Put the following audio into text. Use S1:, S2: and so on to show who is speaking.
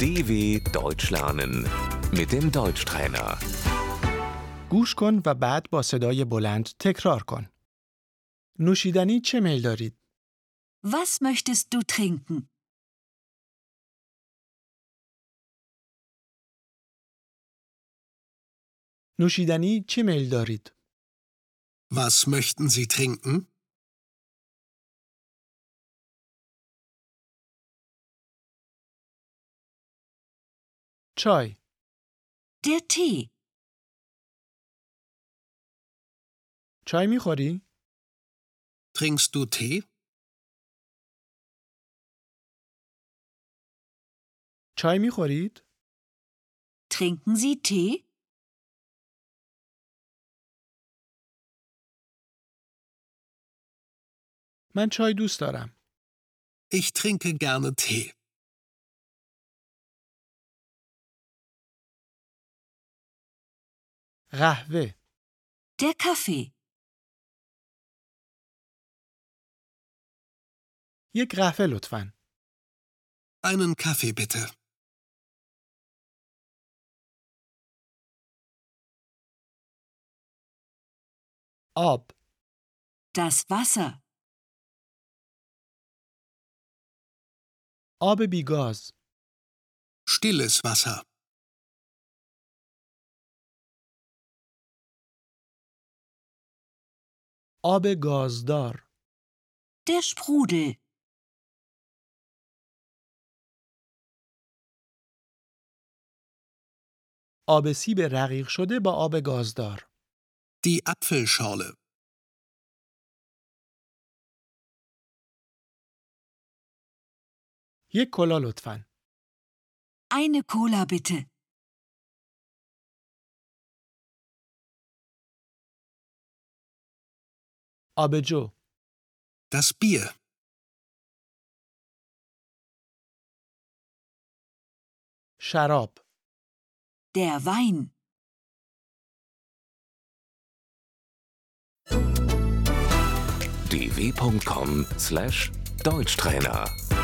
S1: DW Deutsch lernen mit dem Deutschtrainer.
S2: گوش کن و بعد با صدای بلند تکرار کن. نوشیدنی چه میل دارید؟
S3: Was möchtest du trinken?
S2: نوشیدنی چه میل دارید؟
S4: Was möchten Sie trinken?
S2: چای،
S3: Der Tee.
S2: چای میخوری؟
S4: Trinkst du Tee?
S2: چای میخورید؟
S3: Trinken Sie Tee?
S2: من چای دوست دارم.
S4: Ich trinke gerne Tee.
S2: قهوه،
S3: Der Kaffee.
S2: یک قهوه لطفاً.
S4: Einen Kaffee bitte.
S2: آب،
S3: Das Wasser.
S2: آب بیگاز،
S4: Stilles Wasser.
S2: آب گازدار،
S3: Der Sprudel.
S2: آب سیب رقیق شده با آب گازدار،
S4: Die Apfelschorle.
S2: یک کلا لطفاً.
S3: Eine Cola bitte.
S2: آبجو،
S4: Das Bier.
S2: شراب،
S3: Der Wein.
S1: dw.com/deutschtrainer